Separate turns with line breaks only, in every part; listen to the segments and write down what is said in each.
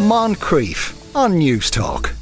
Moncrief on News Talk.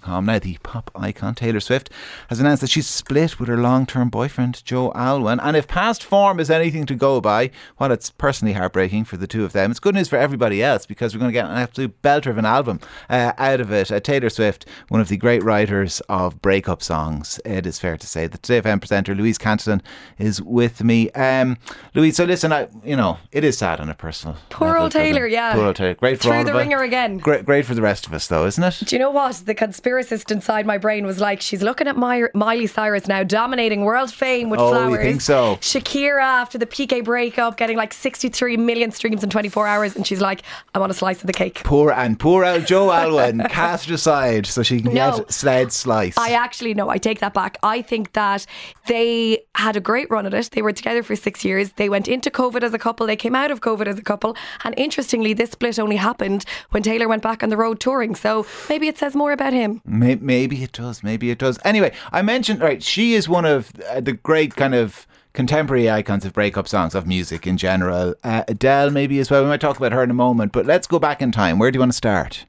Com. Now, the pop icon Taylor Swift has announced that she's split with her long term boyfriend Joe Alwyn. And if past form is anything to go by, while it's personally heartbreaking for the two of them, it's good news for everybody else because we're going to get an absolute belter of an album uh, out of it. Uh, Taylor Swift, one of the great writers of breakup songs, it is fair to say. The Today FM presenter Louise Cantillon is with me. Um, Louise, so listen, I, you know, it is sad on a personal.
Poor
level
old
for them.
Taylor, yeah.
Poor old Taylor. Great for
Through
all
the
of us.
ringer again.
Great, great for the rest of us, though, isn't it?
Do you know what? The conspiracist inside my brain was like, she's looking at My- Miley Cyrus now, dominating world fame with
Oh, you
flowers.
think so?
Shakira after the PK breakup, getting like 63 million streams in 24 hours, and she's like, I want a slice of the cake.
poor and poor old Joe Alwyn cast aside so she can
No.
get sled slice.
I actually no, I take that back. I think that they had a great run at it. They were together for six years. They went into COVID as a couple. They came out of COVID as a couple. And interestingly, this split only happened when Taylor went back on the road touring. So maybe it says more about him.
May- maybe it does. Maybe it does. Anyway, I mentioned right. She is one of uh, the great kind of contemporary icons of breakup songs of music in general. Uh, Adele, maybe as well. We might talk about her in a moment. But let's go back in time. Where do you want to start?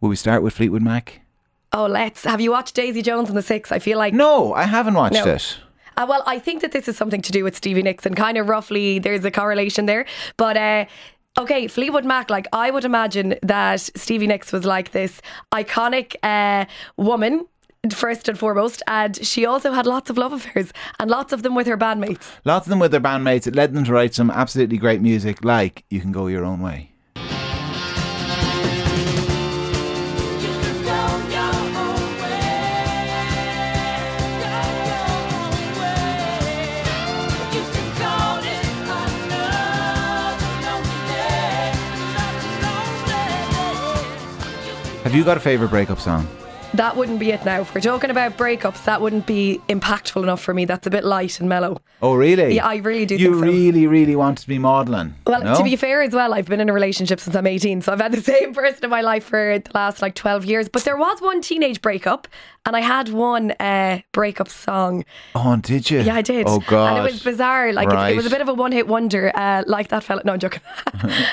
Will we start with Fleetwood Mac?
Oh, let's. Have you watched Daisy Jones and the Six? I feel like
No, I haven't watched
No.
it.
Uh, well, I think that this is something to do with Stevie Nicks, and kind of roughly there's a correlation there. But uh, okay, Fleetwood Mac, like I would imagine that Stevie Nicks was like this iconic uh, woman. First and foremost, and she also had lots of love affairs and lots of them with her bandmates.
Lots of them with their bandmates. It led them to write some absolutely great music, like "You Can Go Your Own Way." Have you got a favorite breakup song?
That wouldn't be it now. If we're talking about breakups, that wouldn't be impactful enough for me. That's a bit light and mellow.
Oh, really?
Yeah, I really do
You
think so.
really, really want to be modelling.
Well,
no?
to be fair as well, I've been in a relationship since I'm 18, so I've had the same person in my life for the last like 12 years. But there was one teenage breakup, and I had one uh, breakup song.
Oh, did you?
Yeah, I did.
Oh God.
And it was bizarre. Like it, it was a
Right.
bit of a one-hit wonder. Uh, like that fella. No, I'm joking.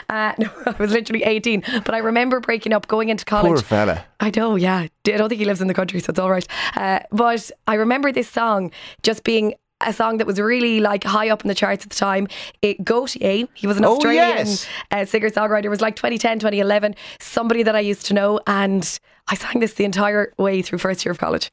uh, no, I was literally 18, but I remember breaking up, going into college.
Poor fella.
I know, yeah. D- I don't think he lives in the country, so it's all right. Uh, but I remember this song just being a song that was really like high up in the charts at the time. It Gautier, he was an
Oh,
Australian
yes.
uh, singer songwriter. It was like 2010, 2011. Somebody that I used to know, and I sang this the entire way through first year of college.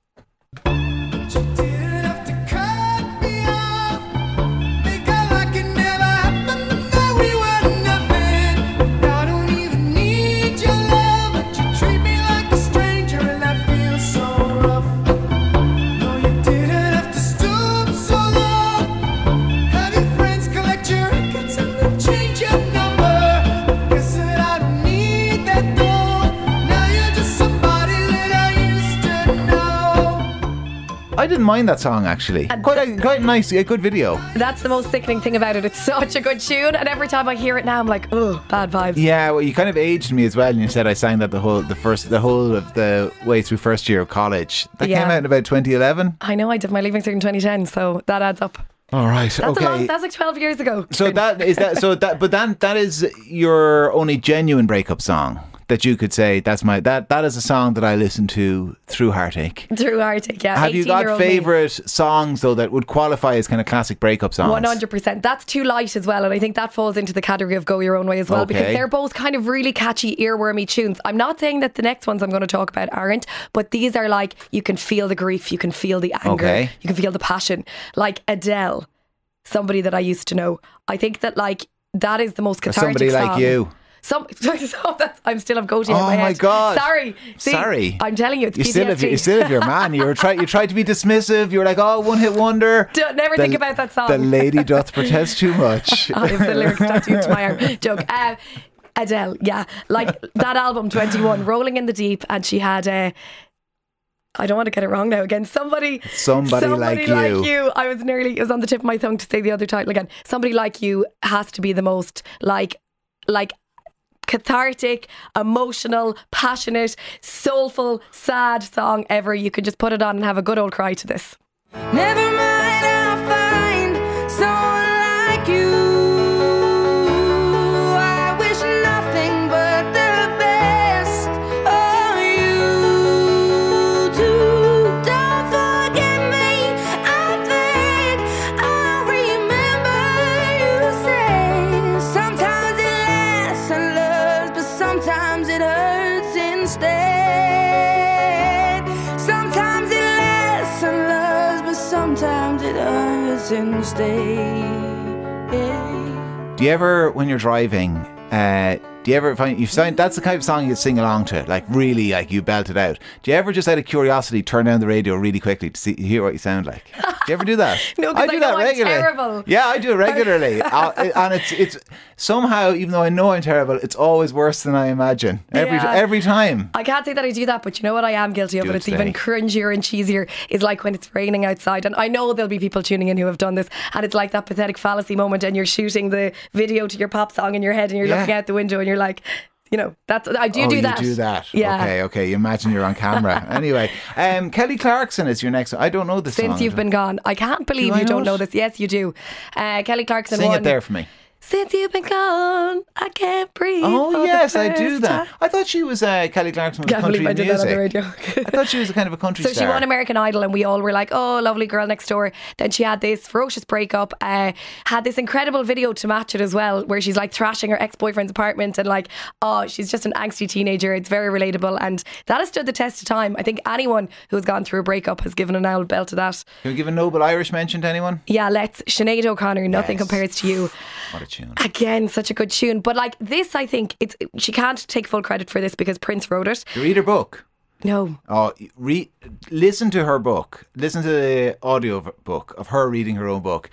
Somebody that I used to know
I didn't mind that song actually. Quite, a, quite nice. A good video.
That's the most sickening thing about it. It's such a good tune, and every time I hear it now, I'm like, oh, bad vibes.
Yeah, well, you kind of aged me as well, and you said I sang that the whole, the first, the whole of the way through first year of college. That
Yeah.
came out in about 2011.
I know I did my leaving cert in 2010, so that adds up.
All right.
That's
okay.
a long, that's like 12 years ago.
so that is that. So that, but then that is your only genuine breakup song that you could say that's my that that is a song that I listen to through heartache.
Through Arctic, yeah.
Have you
18-year-old
got
me.
favorite songs though that would qualify as kind of classic breakup songs?
One hundred percent. That's too light as well, and I think that falls into the category of go your own way as well because
Okay.
they're both kind of really catchy, earwormy tunes. I'm not saying that the next ones I'm going to talk about aren't, but these are like you can feel the grief, you can feel the anger,
Okay.
you can feel the passion. Like Adele, somebody that I used to know. I think that like that is the most
Or
cathartic.
somebody like
song.
you.
Some, so that's, I'm still of goatee in
Oh
my head.
my God.
Sorry, See,
Sorry.
I'm telling you, it's
You still,
PTSD.
have, you still have your man. You were try, you tried to be dismissive. You were like, oh, one hit wonder.
Don't- never think about that song.
The lady doth protest too much.
I have Oh, the lyrics tattooed to my arm. Joke. Uh, Adele, yeah, like that album 21, Rolling in the Deep, and she had Uh, I don't want to get it wrong now again. Somebody,
Somebody Like You.
I was nearly, it was on the tip of my tongue to say the other title again. Somebody like you has to be the most like, like cathartic, emotional, passionate, soulful, sad song ever. You could just put it on and have a good old cry to this.
Never mind, I'll find someone like you. I wish nothing but the best mountains day.
Do you ever, when you're driving, uh, do you ever find you sound that's the kind of song you sing along to, like really, like you belt it out? Do you ever just out of curiosity turn down the radio really quickly to see hear what you sound like? Do you ever do that?
No, 'cause I know I'm terrible.
Yeah, I do it regularly, I'll- and it's it's somehow, even though I know I'm terrible, it's always worse than I imagine every
Yeah.
every time.
I can't say that I do that, but you know what I am guilty of,
Do
and
it
it's even
today.
cringier and cheesier, is like when it's raining outside. And I know there'll be people tuning in who have done this, and it's like that pathetic fallacy moment, and you're shooting the video to your pop song in your head, and you're
Yeah.
looking out the window, and you're like, you know, that's I do
oh,
do
you
that.
do that.
Yeah.
Okay, okay. You imagine you're on camera. anyway, um, Kelly Clarkson is your next. I don't know this
Since
song.
you've been gone, I can't believe
I
you don't
know
know
it?
this. Yes, you do. Uh, Kelly Clarkson
Sing
won.
it there for me.
Since you've been gone, I can't breathe. for
Oh
the
yes, I do
first
that.
time.
I thought she was uh, Kelly Clarkson with
Can't
country
believe I did
music.
that on the radio.
I thought she was a kind of a country
So
star.
she won American Idol, and we all were like, "Oh, lovely girl next door." Then she had this ferocious breakup. Uh, had this incredible video to match it as well, where she's like thrashing her ex-boyfriend's apartment and like, "Oh, she's just an angsty teenager." It's very relatable, and that has stood the test of time. I think anyone who's gone through a breakup has given an owl bell to that.
Can we give a Nobel Irish mention to anyone?
Yeah, let's Sinead O'Connor. Nothing
Yes.
compares to you.
What a tune!
Again, such a good tune. But like this, I think it's she can't take full credit for this because Prince wrote it.
You read her book.
No,
Oh, re- listen to her book. Listen to the audio v- book of her reading her own book,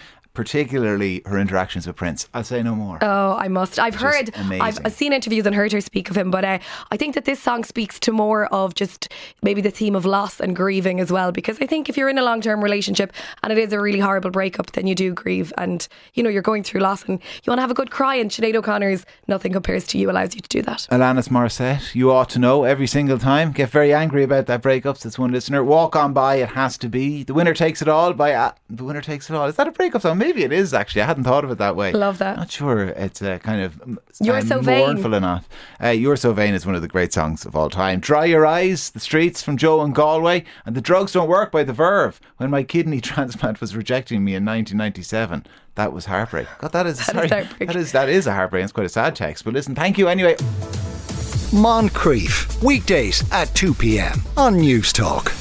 particularly her interactions with Prince. I'll say no more.
Oh, I must. I've heard, I've
amazing.
I've seen interviews and heard her speak of him, but uh, I think that this song speaks to more of just maybe the theme of loss and grieving as well. Because I think if you're in a long term relationship and it is a really horrible breakup, then you do grieve and, you know, you're going through loss and you want to have a good cry. And Sinead O'Connor's Nothing Compares to You allows you to do that.
Alanis Morissette, you ought to know every single time. Get very angry about that breakups. That's one listener. Walk on by. It has to be. The winner takes it all. By uh, the winner takes it all. Is that a breakup song? Maybe it is. Actually, I hadn't thought of it that way.
Love that.
Not sure. It's uh, kind of um,
You're
uh,
So Vain.
mournful enough. Uh, You're so vain is one of the great songs of all time. Dry your eyes. The streets from Joe and Galway, and the drugs don't work by the Verve. When my kidney transplant was rejecting me in 1997. That was heartbreak. God, that is, sorry,
heartbreak.
That is that is a heartbreak. It's quite a sad text. But listen, thank you anyway.
Moncrief, weekdays at 2 p.m. on News Talk.